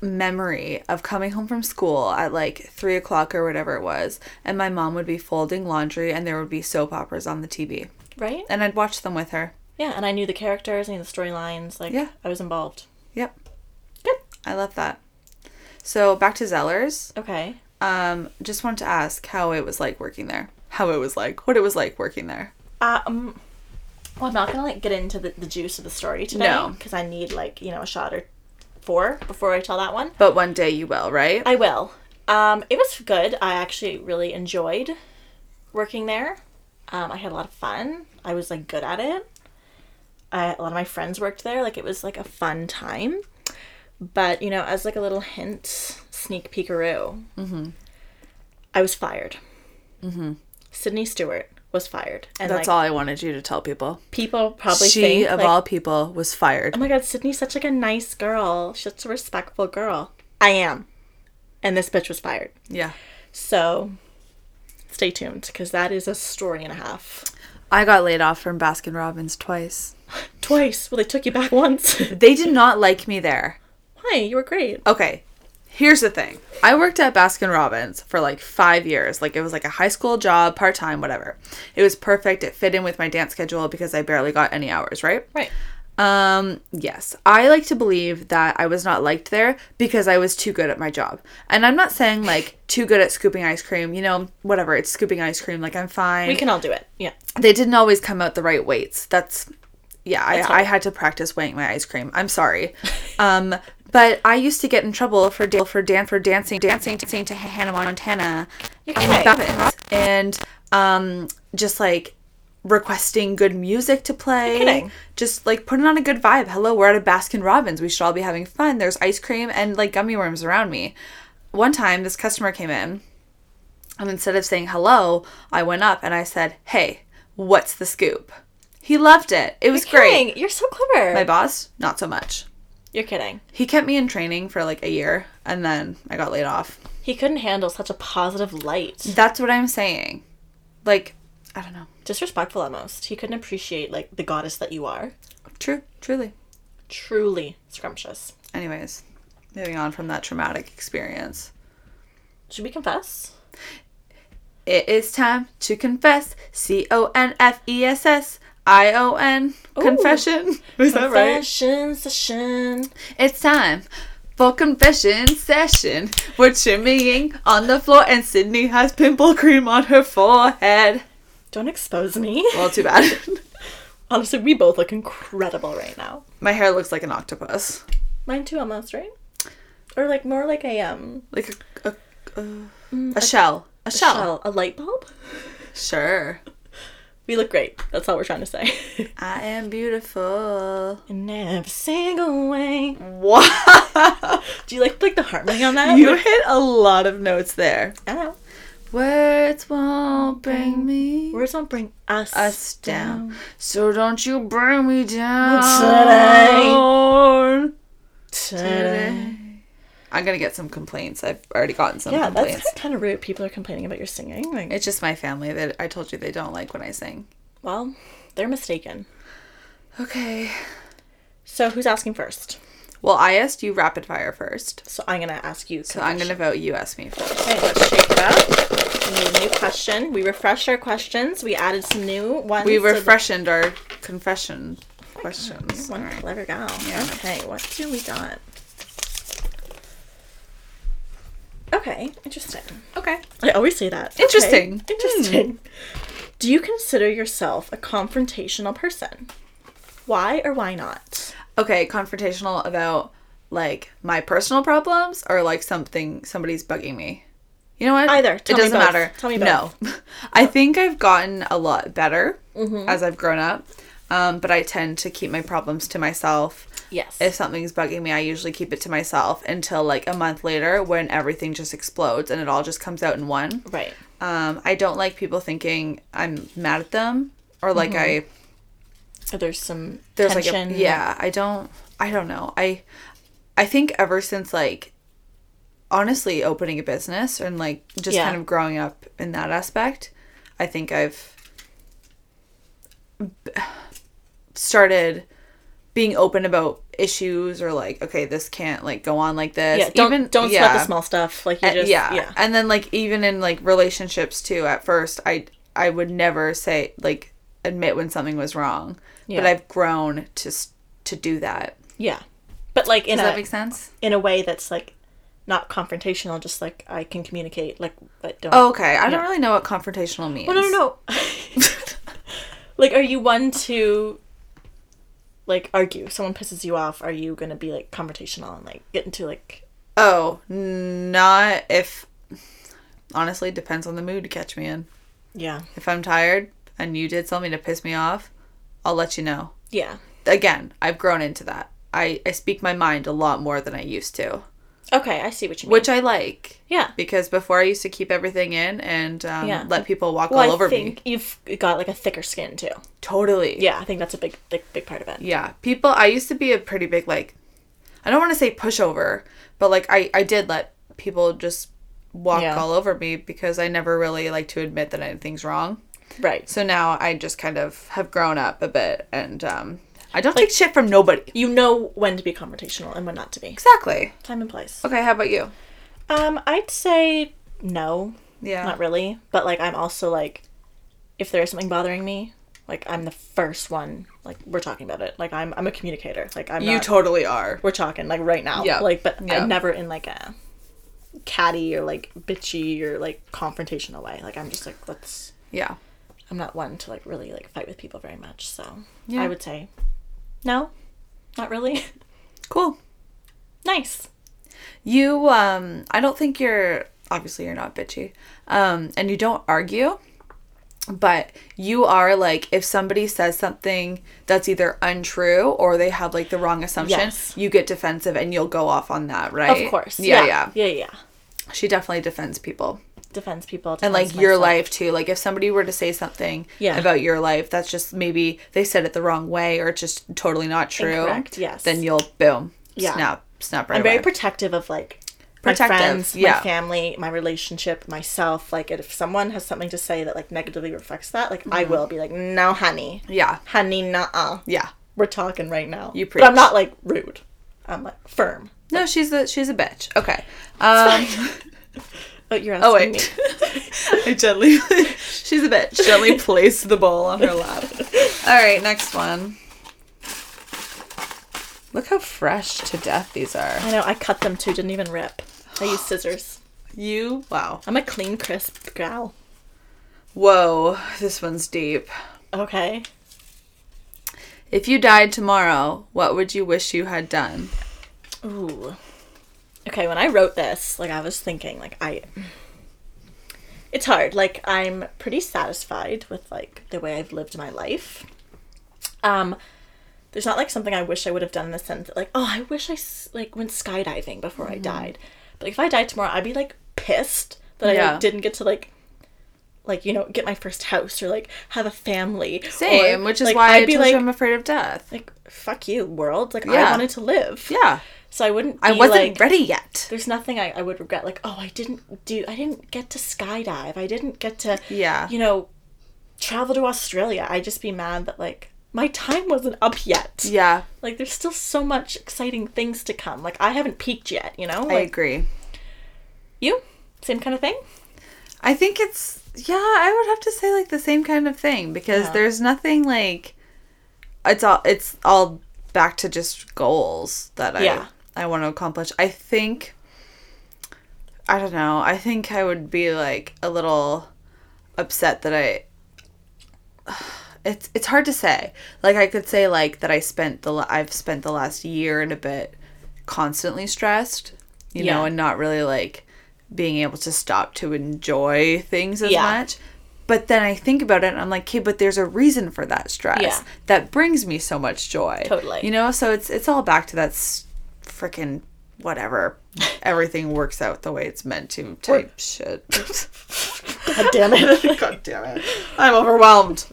S1: memory of coming home from school at like three o'clock or whatever it was, and my mom would be folding laundry and there would be soap operas on the TV.
S2: right.
S1: And I'd watch them with her.
S2: Yeah, and I knew the characters, I knew the storylines. Like,
S1: Yeah.
S2: I was involved.
S1: Yep.
S2: Good.
S1: I love that. So back to Zeller's.
S2: Okay.
S1: Um, just wanted to ask how it was like working there. How it was like, what it was like working there.
S2: Um, well, I'm not gonna like get into the, the juice of the story today
S1: No.
S2: because I need like you know a shot or four before I tell that one.
S1: But one day you will, right?
S2: I will. Um, it was good. I actually really enjoyed working there. Um, I had a lot of fun. I was like good at it. I, a lot of my friends worked there. Like it was like a fun time. But you know, as like a little hint, sneak peekaroo,
S1: Mm-hmm.
S2: I was fired. Mm-hmm. Sydney Stewart was fired, and
S1: That's
S2: like
S1: all I wanted you to tell people.
S2: people probably
S1: she
S2: think
S1: of
S2: like,
S1: all people was fired.
S2: oh my god, Sydney's such like a nice girl. She's such a respectful girl. I am, and this bitch was fired.
S1: Yeah.
S2: So stay tuned because that is a story and a half.
S1: I got laid off from Baskin Robbins twice.
S2: Twice. Well, they took you back once.
S1: They did not like me there.
S2: Hi, you were great.
S1: Okay. Here's the thing. I worked at Baskin Robbins for like five years. Like it was like a high school job, part time, whatever. It was perfect. It fit in with my dance schedule because I barely got any hours, right?
S2: Right.
S1: Um, yes. I like to believe that I was not liked there because I was too good at my job. And I'm not saying like too good at scooping ice cream, you know, whatever, it's scooping ice cream, like I'm fine.
S2: We can all do it. Yeah.
S1: they didn't always come out the right weights. That's yeah,
S2: That's all
S1: I, I
S2: right.
S1: had to practice weighing my ice cream. I'm sorry. Um but I used to get in trouble for da- for dan for dancing dancing dancing to Hannah Montana
S2: You're
S1: and
S2: kidding.
S1: Buffett and um just like requesting good music to play.
S2: kidding.
S1: Just like putting on a good vibe. Hello, we're at a Baskin Robbins. We should all be having fun. There's ice cream and like gummy worms around me. One time this customer came in and instead of saying hello, I went up and I said, Hey, what's the scoop? He loved it. It was
S2: You're
S1: great.
S2: kidding. You're so clever.
S1: My boss, not so much.
S2: You're kidding.
S1: He kept me in training for like a year and then I got laid off.
S2: He couldn't handle such a positive light.
S1: That's what I'm saying. Like, I don't know.
S2: Disrespectful almost. He couldn't appreciate like the goddess that you are.
S1: True, truly.
S2: Truly scrumptious.
S1: Anyways, moving on from that traumatic experience.
S2: Should we confess?
S1: It is time to confess. C O N F E S S I O N. Confession. Is that right?
S2: Confession session.
S1: It's time for confession session. We're shimmying on the floor, and Sydney has pimple cream on her forehead.
S2: Don't expose me.
S1: Well, too bad.
S2: Honestly, we both look incredible right now.
S1: My hair looks like an octopus.
S2: Mine too, almost, right? Or like more like a um
S1: Like a, a, Mm, a, a shell. A shell.
S2: shell, a light bulb.
S1: Sure.
S2: We look great. That's all we're trying to say.
S1: I am beautiful.
S2: In every single way.
S1: Wow.
S2: Do you like like "Ah." the harmony on that?
S1: You hit a lot of notes there.
S2: I don't know.
S1: Words won't bring me.
S2: Words don't bring us,
S1: us down. So don't you bring me down.
S2: today.
S1: I'm gonna get some complaints. I've already gotten some
S2: Yeah,
S1: complaints.
S2: that's kind of rude. People are complaining about your singing. Like,
S1: It's just my family that I told you they don't like when I sing.
S2: well, they're mistaken.
S1: Okay.
S2: So who's asking first?
S1: Well, I asked you rapid fire first,
S2: So I'm gonna ask you.
S1: so I'm gonna vote you ask me first.
S2: Okay, let's shake it up. We need a new question. We refreshed our questions. We added some new ones.
S1: We
S2: to the-
S1: refreshened our confession questions.
S2: One clever gal.
S1: Yeah.
S2: Okay, what do we got? Okay, interesting.
S1: Okay.
S2: I always say that. Okay,
S1: Interesting. Hmm.
S2: Interesting. Do you consider yourself a confrontational person? Why or why not?
S1: Okay, confrontational about like my personal problems or like something somebody's bugging me. You know what?
S2: Either.
S1: it
S2: Tell me
S1: doesn't
S2: both. Mm-hmm.
S1: matter.
S2: Tell me
S1: No, I think I've gotten a lot better as I've grown up, um, but I tend to keep my problems to myself.
S2: Yes.
S1: If something's bugging me, I usually keep it to myself until like a month later when everything just explodes and it all just comes out in one.
S2: right.
S1: Um, I don't like people thinking I'm mad at them or
S2: Mm-hmm.
S1: like I
S2: So there's some
S1: there's
S2: tension.
S1: like a, yeah i don't i don't know i i think ever since like honestly opening a business and like just
S2: Yeah.
S1: kind of growing up in that aspect i think i've b- started being open about issues or like okay this can't like go on like this
S2: Yeah. Don't don't sweat the
S1: yeah.
S2: small stuff. Like you
S1: Uh,
S2: just
S1: yeah.
S2: yeah.
S1: And then like even in like relationships too, at first I I would never say like admit when something was wrong.
S2: Yeah.
S1: But I've grown to s- to do that.
S2: Yeah. but like in
S1: Does that
S2: a
S1: make sense?
S2: in a way that's like not confrontational. Just like I can communicate, like but don't.
S1: Oh, okay, I don't
S2: Yeah.
S1: really know what confrontational means.
S2: Well, no, no, no. like, are you one to like argue? Someone pisses you off. Are you gonna be like confrontational and like get into like?
S1: Oh, not if. Honestly, depends on the mood to catch me in.
S2: Yeah.
S1: If I'm tired and you did something to piss me off, I'll let you know.
S2: Yeah.
S1: Again, I've grown into that. I, I speak my mind a lot more than I used to,
S2: Okay, I see what you mean.
S1: which I like
S2: yeah.
S1: because before I used to keep everything in and um,
S2: Yeah.
S1: let people walk
S2: Well,
S1: all
S2: I
S1: over me.
S2: think you've got like a thicker skin too.
S1: Totally.
S2: Yeah, I think that's a big, big, big part of it.
S1: Yeah. People, I used to be a pretty big, like, I don't want to say pushover, but like, I, I did let people just walk
S2: Yeah.
S1: all over me because I never really like to admit that anything's wrong.
S2: Right.
S1: So now I just kind of have grown up a bit and um, I don't take shit from nobody.
S2: You know when to be confrontational and when not to be.
S1: Exactly.
S2: Time and place.
S1: Okay, how about you?
S2: Um, I'd say no,
S1: Yeah.
S2: not really. But like, I'm also like, if there is something bothering me, like I'm the first one. Like we're talking about it. Like I'm, I'm a communicator. Like I'm.
S1: You
S2: not-
S1: totally are.
S2: we're talking like right now.
S1: Yeah.
S2: Like, but
S1: Yeah.
S2: I never in like a catty or like bitchy or like confrontational way. Like I'm just like let's.
S1: Yeah.
S2: I'm not one to like really like fight with people very much. So
S1: Yeah.
S2: I would say, no, not really.
S1: Cool.
S2: nice.
S1: You, um, I don't think you're, obviously, you're not bitchy. Um, and you don't argue, but you are like, if somebody says something that's either untrue or they have like the wrong assumption,
S2: Yes.
S1: you get defensive and you'll go off on that, right?
S2: Of course.
S1: Eh, Yeah, yeah.
S2: Yeah. Yeah. yeah, yeah.
S1: She definitely defends people.
S2: Defends people.
S1: and like
S2: defends
S1: your
S2: myself.
S1: life too like if somebody were to say something
S2: Yeah.
S1: about your life that's just maybe they said it the wrong way or it's just totally not true
S2: Incorrect, yes.
S1: then you'll boom
S2: Yeah.
S1: snap snap right
S2: I'm very
S1: away.
S2: protective of like
S1: Protective,
S2: my friends,
S1: yeah.
S2: my family, my relationship, myself. Like if someone has something to say that like negatively reflects that, like I will be like, no, honey,
S1: Mm-hmm. yeah
S2: honey, nah,
S1: yeah
S2: we're talking right now.
S1: You
S2: But I'm
S1: preach.
S2: not like rude. I'm like firm.
S1: no she's a she's a bitch okay um
S2: But you're asking
S1: oh
S2: me.
S1: wait i gently she's a bitch gently placed the ball on her lap all right next one look how fresh to death these are
S2: I know I cut them too. Didn't even rip. I used scissors.
S1: you wow
S2: I'm a clean, crisp gal.
S1: whoa this one's deep
S2: Okay.
S1: If you died tomorrow, what would you wish you had done?
S2: Ooh. Okay, when I wrote this, like I was thinking, like I it's hard. Like I'm pretty satisfied with like the way I've lived my life. Um there's not like something I wish I would have done in the sense that like, oh, I wish I s- like went skydiving before
S1: Mm-hmm.
S2: I died. But like, if I died tomorrow, I'd be like pissed that I
S1: Yeah.
S2: like, didn't get to like like you know, get my first house or like have a family. or,
S1: Same, which is
S2: like,
S1: why I
S2: I'd be
S1: told
S2: like
S1: you I'm afraid of death.
S2: like fuck you world. Like
S1: Yeah.
S2: I wanted to live.
S1: Yeah,
S2: So I wouldn't. Be,
S1: I wasn't
S2: like,
S1: ready yet.
S2: there's nothing I, I would regret like oh i didn't do i didn't get to skydive i didn't get to
S1: Yeah.
S2: you know travel to australia i'd just be mad that like my time wasn't up yet
S1: Yeah,
S2: like there's still so much exciting things to come like i haven't peaked yet you know
S1: I
S2: like
S1: agree.
S2: you same kind of thing
S1: I think it's yeah. I would have to say like the same kind of thing because
S2: Yeah.
S1: there's nothing like it's all it's all back to just goals that I
S2: Yeah.
S1: I want to accomplish. I think I don't know. I think I would be like a little upset that I it's it's hard to say. Like I could say like that I spent the la- I've spent the last year and a bit constantly stressed, you know,
S2: Yeah.
S1: and not really like being able to stop to enjoy things as
S2: Yeah.
S1: much. But then I think about it and I'm like, okay, but there's a reason for that stress
S2: Yeah.
S1: that brings me so much joy.
S2: Totally.
S1: You know, so it's it's all back to that s- freaking whatever. Everything works out the way it's meant to type shit.
S2: god damn it
S1: God damn it. I'm overwhelmed.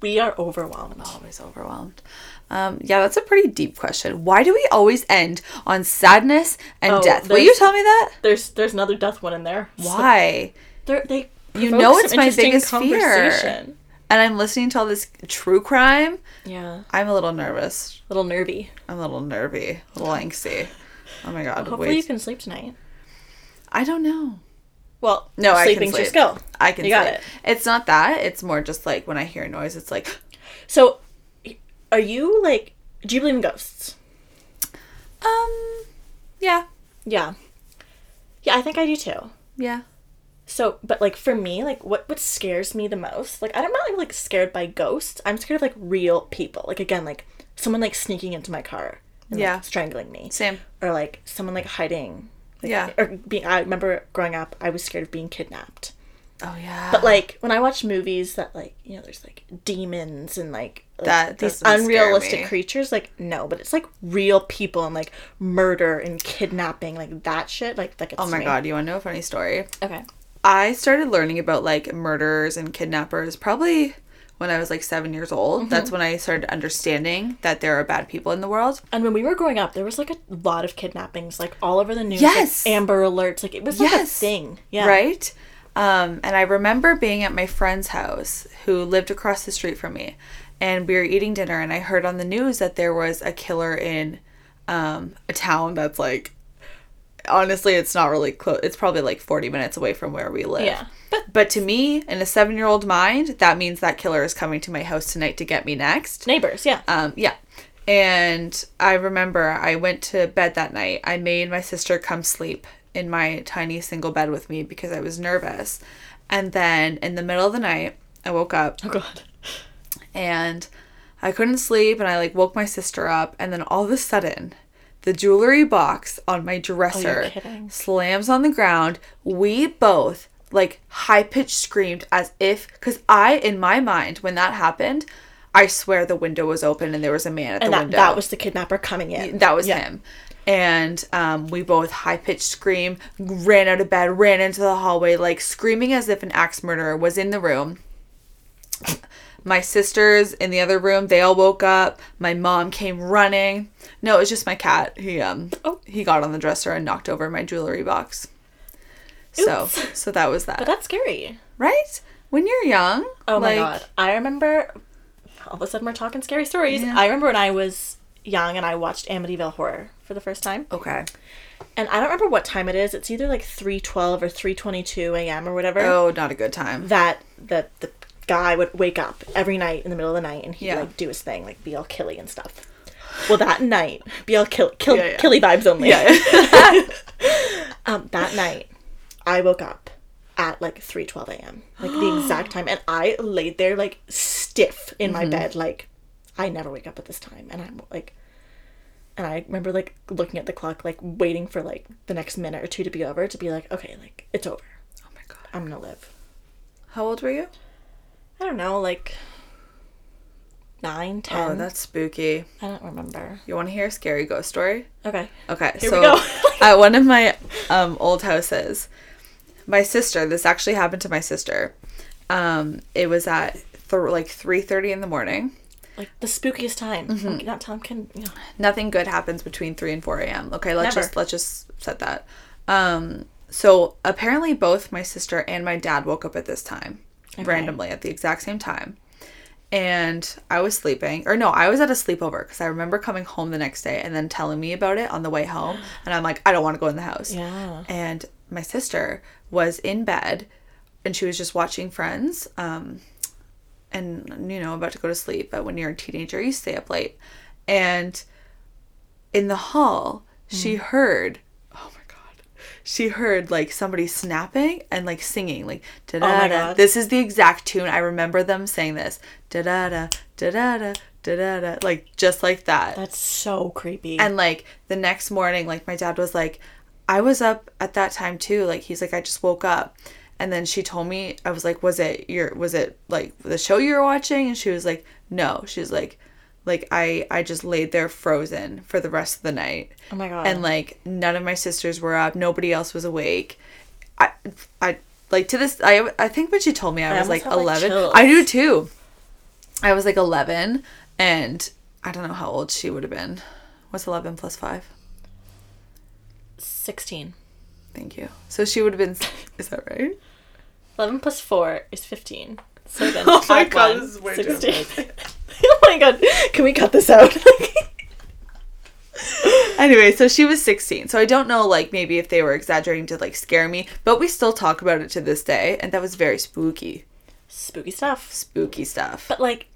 S2: we are overwhelmed
S1: always overwhelmed. Um, yeah, that's a pretty deep question. Why do we always end on sadness and
S2: Oh,
S1: death? Will
S2: there's-
S1: you tell me that?
S2: there's there's another death one in there
S1: Why?
S2: They're- they
S1: You
S2: provoke
S1: know
S2: some
S1: it's my
S2: interesting
S1: biggest fear.
S2: conversation.
S1: And I'm listening to all this true crime.
S2: yeah
S1: I'm a little nervous.
S2: little nervy
S1: I'm a little nervy, a little angsty. Oh my god,
S2: hopefully
S1: wait.
S2: you can sleep tonight
S1: I don't know.
S2: well
S1: No, I can
S2: sleeping's your
S1: sleep.
S2: skill
S1: I can
S2: You got
S1: sleep.
S2: it.
S1: It's not that. It's more just like when I hear a noise, it's like
S2: So, are you like? Do you believe in ghosts?
S1: Um, yeah,
S2: Yeah. Yeah, I think I do too.
S1: yeah.
S2: So, but like for me, like what what scares me the most? Like I'm not like, like scared by ghosts. I'm scared of like real people. Like again, like someone like sneaking into my car and like,
S1: Yeah.
S2: strangling me.
S1: Same.
S2: Or like someone like hiding. Like,
S1: Yeah.
S2: Or being I remember growing up, I was scared of being kidnapped.
S1: Oh yeah.
S2: But like when I watch movies that like, you know, there's like demons and like, like,
S1: That
S2: these
S1: doesn't scare
S2: unrealistic
S1: me.
S2: creatures, like no, but it's like real people and like murder and kidnapping, like that shit, like that gets
S1: oh my god, you want to know a funny story?
S2: Okay.
S1: I started learning about like murderers and kidnappers probably when I was like seven years old. That's when I started understanding that there are bad people in the world.
S2: And when we were growing up, there was like a lot of kidnappings, like all over the news.
S1: Yes.
S2: Like, Amber alerts. Like it was like a
S1: Yes.
S2: thing. Yeah.
S1: Right? Um, and I remember being at my friend's house who lived across the street from me. And we were eating dinner, and I heard on the news that there was a killer in um, a town that's like, honestly, it's not really close. It's probably like 40 minutes away from where we live.
S2: Yeah.
S1: But, but to me, in a seven year old mind, that means that killer is coming to my house tonight to get me next.
S2: Neighbors. Yeah.
S1: Um, yeah. And I remember I went to bed that night. I made my sister come sleep in my tiny single bed with me because I was nervous. And then in the middle of the night, I woke up
S2: oh God.
S1: and I couldn't sleep and I like woke my sister up and then all of a sudden the jewelry box on my dresser
S2: Oh, kidding.
S1: slams on the ground. We both like high pitched screamed as if because I in my mind when that happened, I swear the window was open and there was a man at
S2: And
S1: the
S2: that,
S1: window.
S2: that was the kidnapper coming in.
S1: That was
S2: Yeah.
S1: him. And um, we both high pitched scream, ran out of bed, ran into the hallway, like screaming as if an axe murderer was in the room. My sisters in the other room, they all woke up. My mom came running. No, it was just my cat. He um
S2: Oh.
S1: he got on the dresser and knocked over my jewelry box. So
S2: Oops.
S1: so that was
S2: But
S1: that.
S2: that's scary.
S1: Right? When you're young,
S2: Oh
S1: like,
S2: my God. I remember. All of a sudden, we're talking scary stories. I remember when I was young and I watched Amityville Horror for the first time.
S1: Okay.
S2: And I don't remember what time it is. It's either like three twelve or three twenty two a.m. or whatever.
S1: Oh, not a good time.
S2: that the the guy would wake up every night in the middle of the night and he'd
S1: Yeah.
S2: like do his thing, like be all killy and stuff. Well, that night, be all kill, kill,
S1: Yeah, yeah.
S2: killy vibes only.
S1: Yeah.
S2: Um, that night, I woke up at like three twelve a.m. like the exact time, and I laid there like stiff in
S1: Mm-hmm.
S2: my bed, like I never wake up at this time, and I'm like. And I remember like looking at the clock, like waiting for like the next minute or two to be over to be like, okay, like it's over.
S1: oh my god.
S2: I'm gonna live.
S1: How old were you?
S2: I don't know, like nine, ten.
S1: Oh, that's spooky.
S2: I don't remember.
S1: You want to hear a scary ghost story?
S2: Okay.
S1: Okay,
S2: Here we
S1: so
S2: go.
S1: at one of my um, old houses, my sister. This actually happened to my sister. Um, it was at th- like three thirty in the morning.
S2: Like the spookiest time.
S1: Mm-hmm.
S2: Okay, not Tom can. You know.
S1: Nothing good happens between three and four a.m. Okay, let's
S2: Never.
S1: just let's just set that. Um, so apparently, both my sister and my dad woke up at this time, randomly at the exact same time. And I was sleeping, or no, I was at a sleepover because I remember coming home the next day and then telling me about it on the way home. And I'm like, I don't want to go in the house.
S2: Yeah.
S1: And my sister was in bed and she was just watching Friends um, and, you know, about to go to sleep. But when you're a teenager, you stay up late. And in the hall, she heard, oh my God, she heard like somebody snapping and like singing, like, da da da.
S2: God.
S1: This is the exact tune. I remember them saying this, da da da, da da da, da da da, like just like that.
S2: That's so creepy.
S1: And like the next morning, like my dad was like, I was up at that time too. Like he's like, I just woke up. And then she told me, I was like, was it your, was it like the show you were watching? And she was like, no. She's like, like I, I just laid there frozen for the rest of the night.
S2: Oh my God.
S1: And like none of my sisters were up. Nobody else was awake. I, I like to this. I, I think when she told me, I, was
S2: almost
S1: like
S2: have, like,
S1: eleven.
S2: chills.
S1: I do too. I was like 11, and I don't know how old she would have been. What's 11 plus 5?
S2: Sixteen.
S1: Thank you. So she would have been, is that right?
S2: Eleven plus four is fifteen. So then.
S1: Oh my
S2: add
S1: God,
S2: one,
S1: this is way too
S2: 16. oh my god. Can we cut this out?
S1: Anyway, so she was 16. So I don't know, like, maybe if they were exaggerating to, like, scare me, but we still talk about it to this day, and that was very spooky.
S2: Spooky stuff.
S1: Spooky stuff.
S2: But like,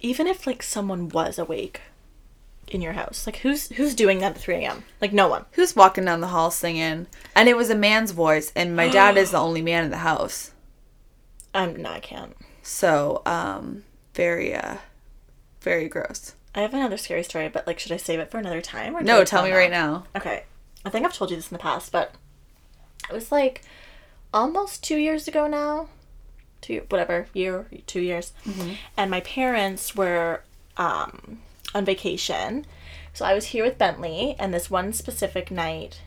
S2: even if like someone was awake, in your house? Like who's who's doing that at 3 a.m.? Like no one.
S1: Who's walking down the hall singing? And it was a man's voice, and my dad is the only man in the house.
S2: I'm no, I can't.
S1: So, um, very, uh, very gross.
S2: I have another scary story, but like, should I save it for another time? Or do
S1: No,
S2: I
S1: tell me right now.
S2: Okay, I think I've told you this in the past, but it was like almost two years ago now, two whatever year, two years,
S1: Mm-hmm.
S2: and my parents were um, on vacation, so I was here with Bentley, and this one specific night,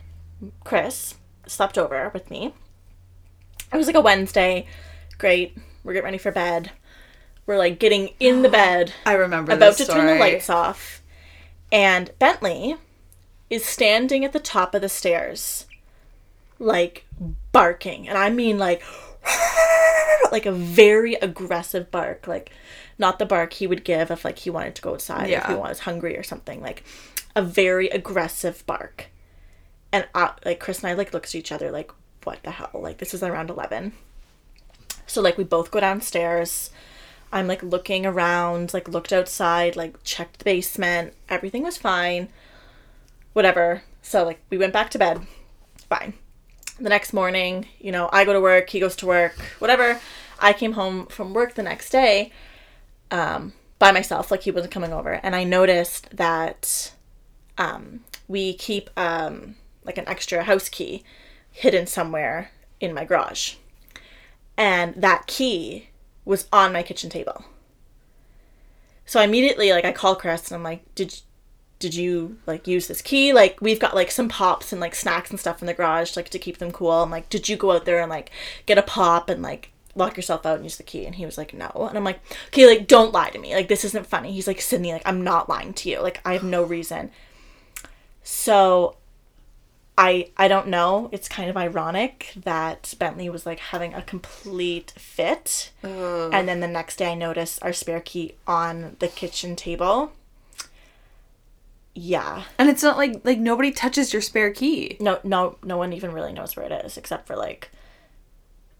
S2: Chris slept over with me. It was like a Wednesday. Great, we're getting ready for bed. We're like getting in the bed
S1: I remember
S2: about to
S1: this
S2: turn the
S1: story.
S2: lights off, and Bentley is standing at the top of the stairs, like barking, and I mean like like a very aggressive bark, like not the bark he would give if like he wanted to go outside, if he
S1: Yeah.
S2: was hungry or something, like a very aggressive bark, and I, like Chris and I like looked at each other like what the hell, like this is around eleven, so like we both go downstairs. I'm like looking around, like looked outside, like checked the basement. Everything was fine. Whatever. So like we went back to bed. Fine. The next morning, you know, I go to work, he goes to work, whatever. I came home from work the next day um by myself, like he wasn't coming over, and I noticed that um we keep um like an extra house key hidden somewhere in my garage and that key was on my kitchen table. So I immediately like I call Chris and I'm like, "Did did you like use this key? Like we've got like some pops and like snacks and stuff in the garage like to keep them cool. I'm like, "Did you go out there and like get a pop and like lock yourself out and use the key?" And he was like, "No." And I'm like, "Okay, like don't lie to me. Like this isn't funny." He's like, "Sydney, like I'm not lying to you. Like I have no reason." So I I don't know. It's kind of ironic that Bentley was like having a complete fit, and then the next day I noticed our spare key on the kitchen table. Yeah,
S1: And it's not like like nobody touches your spare key.
S2: no, no, no one even really knows where it is except for like,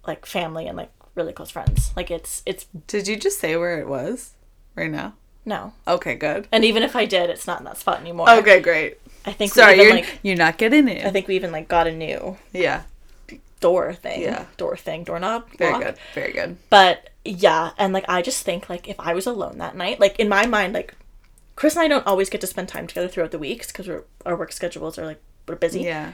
S2: like family and like really close friends. Like it's it's
S1: Did you just say where it was? Right now.
S2: no,
S1: Okay, good.
S2: and even if I did, it's not in that spot anymore.
S1: Okay, great.
S2: I think
S1: Sorry,
S2: we
S1: you're
S2: even, like
S1: you're not getting
S2: I
S1: it.
S2: think we even like got a new
S1: Yeah,
S2: door thing,
S1: Yeah.
S2: door thing, doorknob.
S1: very
S2: lock.
S1: good, very good.
S2: But yeah, and like I just think like if I was alone that night, like in my mind, like Chris and I don't always get to spend time together throughout the weeks because our work schedules are like we're busy.
S1: Yeah,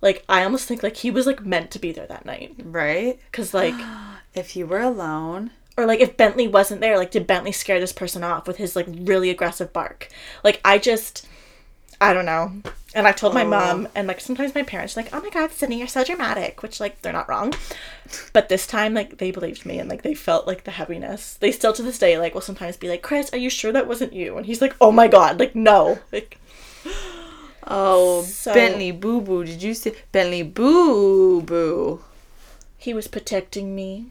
S2: Like I almost think like he was like meant to be there that night
S1: right.
S2: because like
S1: If you were alone,
S2: or like if Bentley wasn't there, like did Bentley scare this person off with his like really aggressive bark? Like I just I don't know. And I've told my mom and like sometimes my parents are like, Oh my god, Sydney, you're so dramatic which like they're not wrong. But this time like they believed me and like they felt like the heaviness. They still to this day like will sometimes be like, Chris, are you sure that wasn't you? And he's like, Oh my god, like no. Like
S1: oh
S2: So-
S1: Bentley Boo Boo, did you see Bentley Boo Boo?
S2: he was protecting me.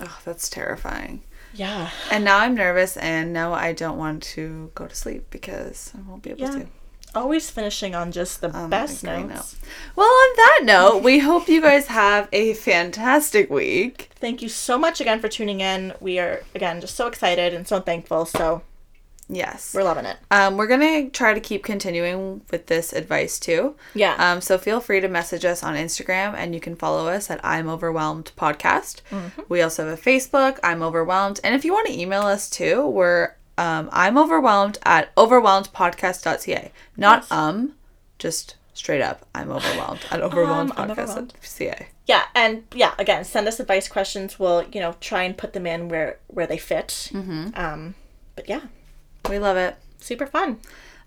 S1: Oh, that's terrifying.
S2: Yeah.
S1: And now I'm nervous, and now I don't want to go to sleep because I won't be able
S2: Yeah.
S1: to. Um,
S2: Always finishing on just the
S1: on
S2: best
S1: a great
S2: notes.
S1: note. Well, on that note, we hope you guys have a fantastic week.
S2: Thank you so much again for tuning in. We are again just so excited and so thankful. So
S1: Yes.
S2: We're loving it.
S1: Um, we're going to try to keep continuing with this advice too.
S2: Yeah.
S1: Um, so feel free to message us on Instagram and you can follow us at I'm Overwhelmed Podcast.
S2: Mm-hmm.
S1: We also have a Facebook, I'm Overwhelmed. And if you want to email us too, we're um, I'm Overwhelmed at overwhelmedpodcast.ca. Not um, just straight up, I'm Overwhelmed at
S2: Um, I'm
S1: overwhelmedpodcast.ca.
S2: overwhelmed. yeah, and yeah, again, send us advice questions. We'll you know try and put them in where where they fit. Mm-hmm. Um, but yeah,
S1: We love it.
S2: super fun.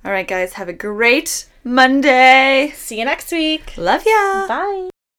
S1: All right, guys, have a great Monday.
S2: See you next week.
S1: Love ya.
S2: Bye.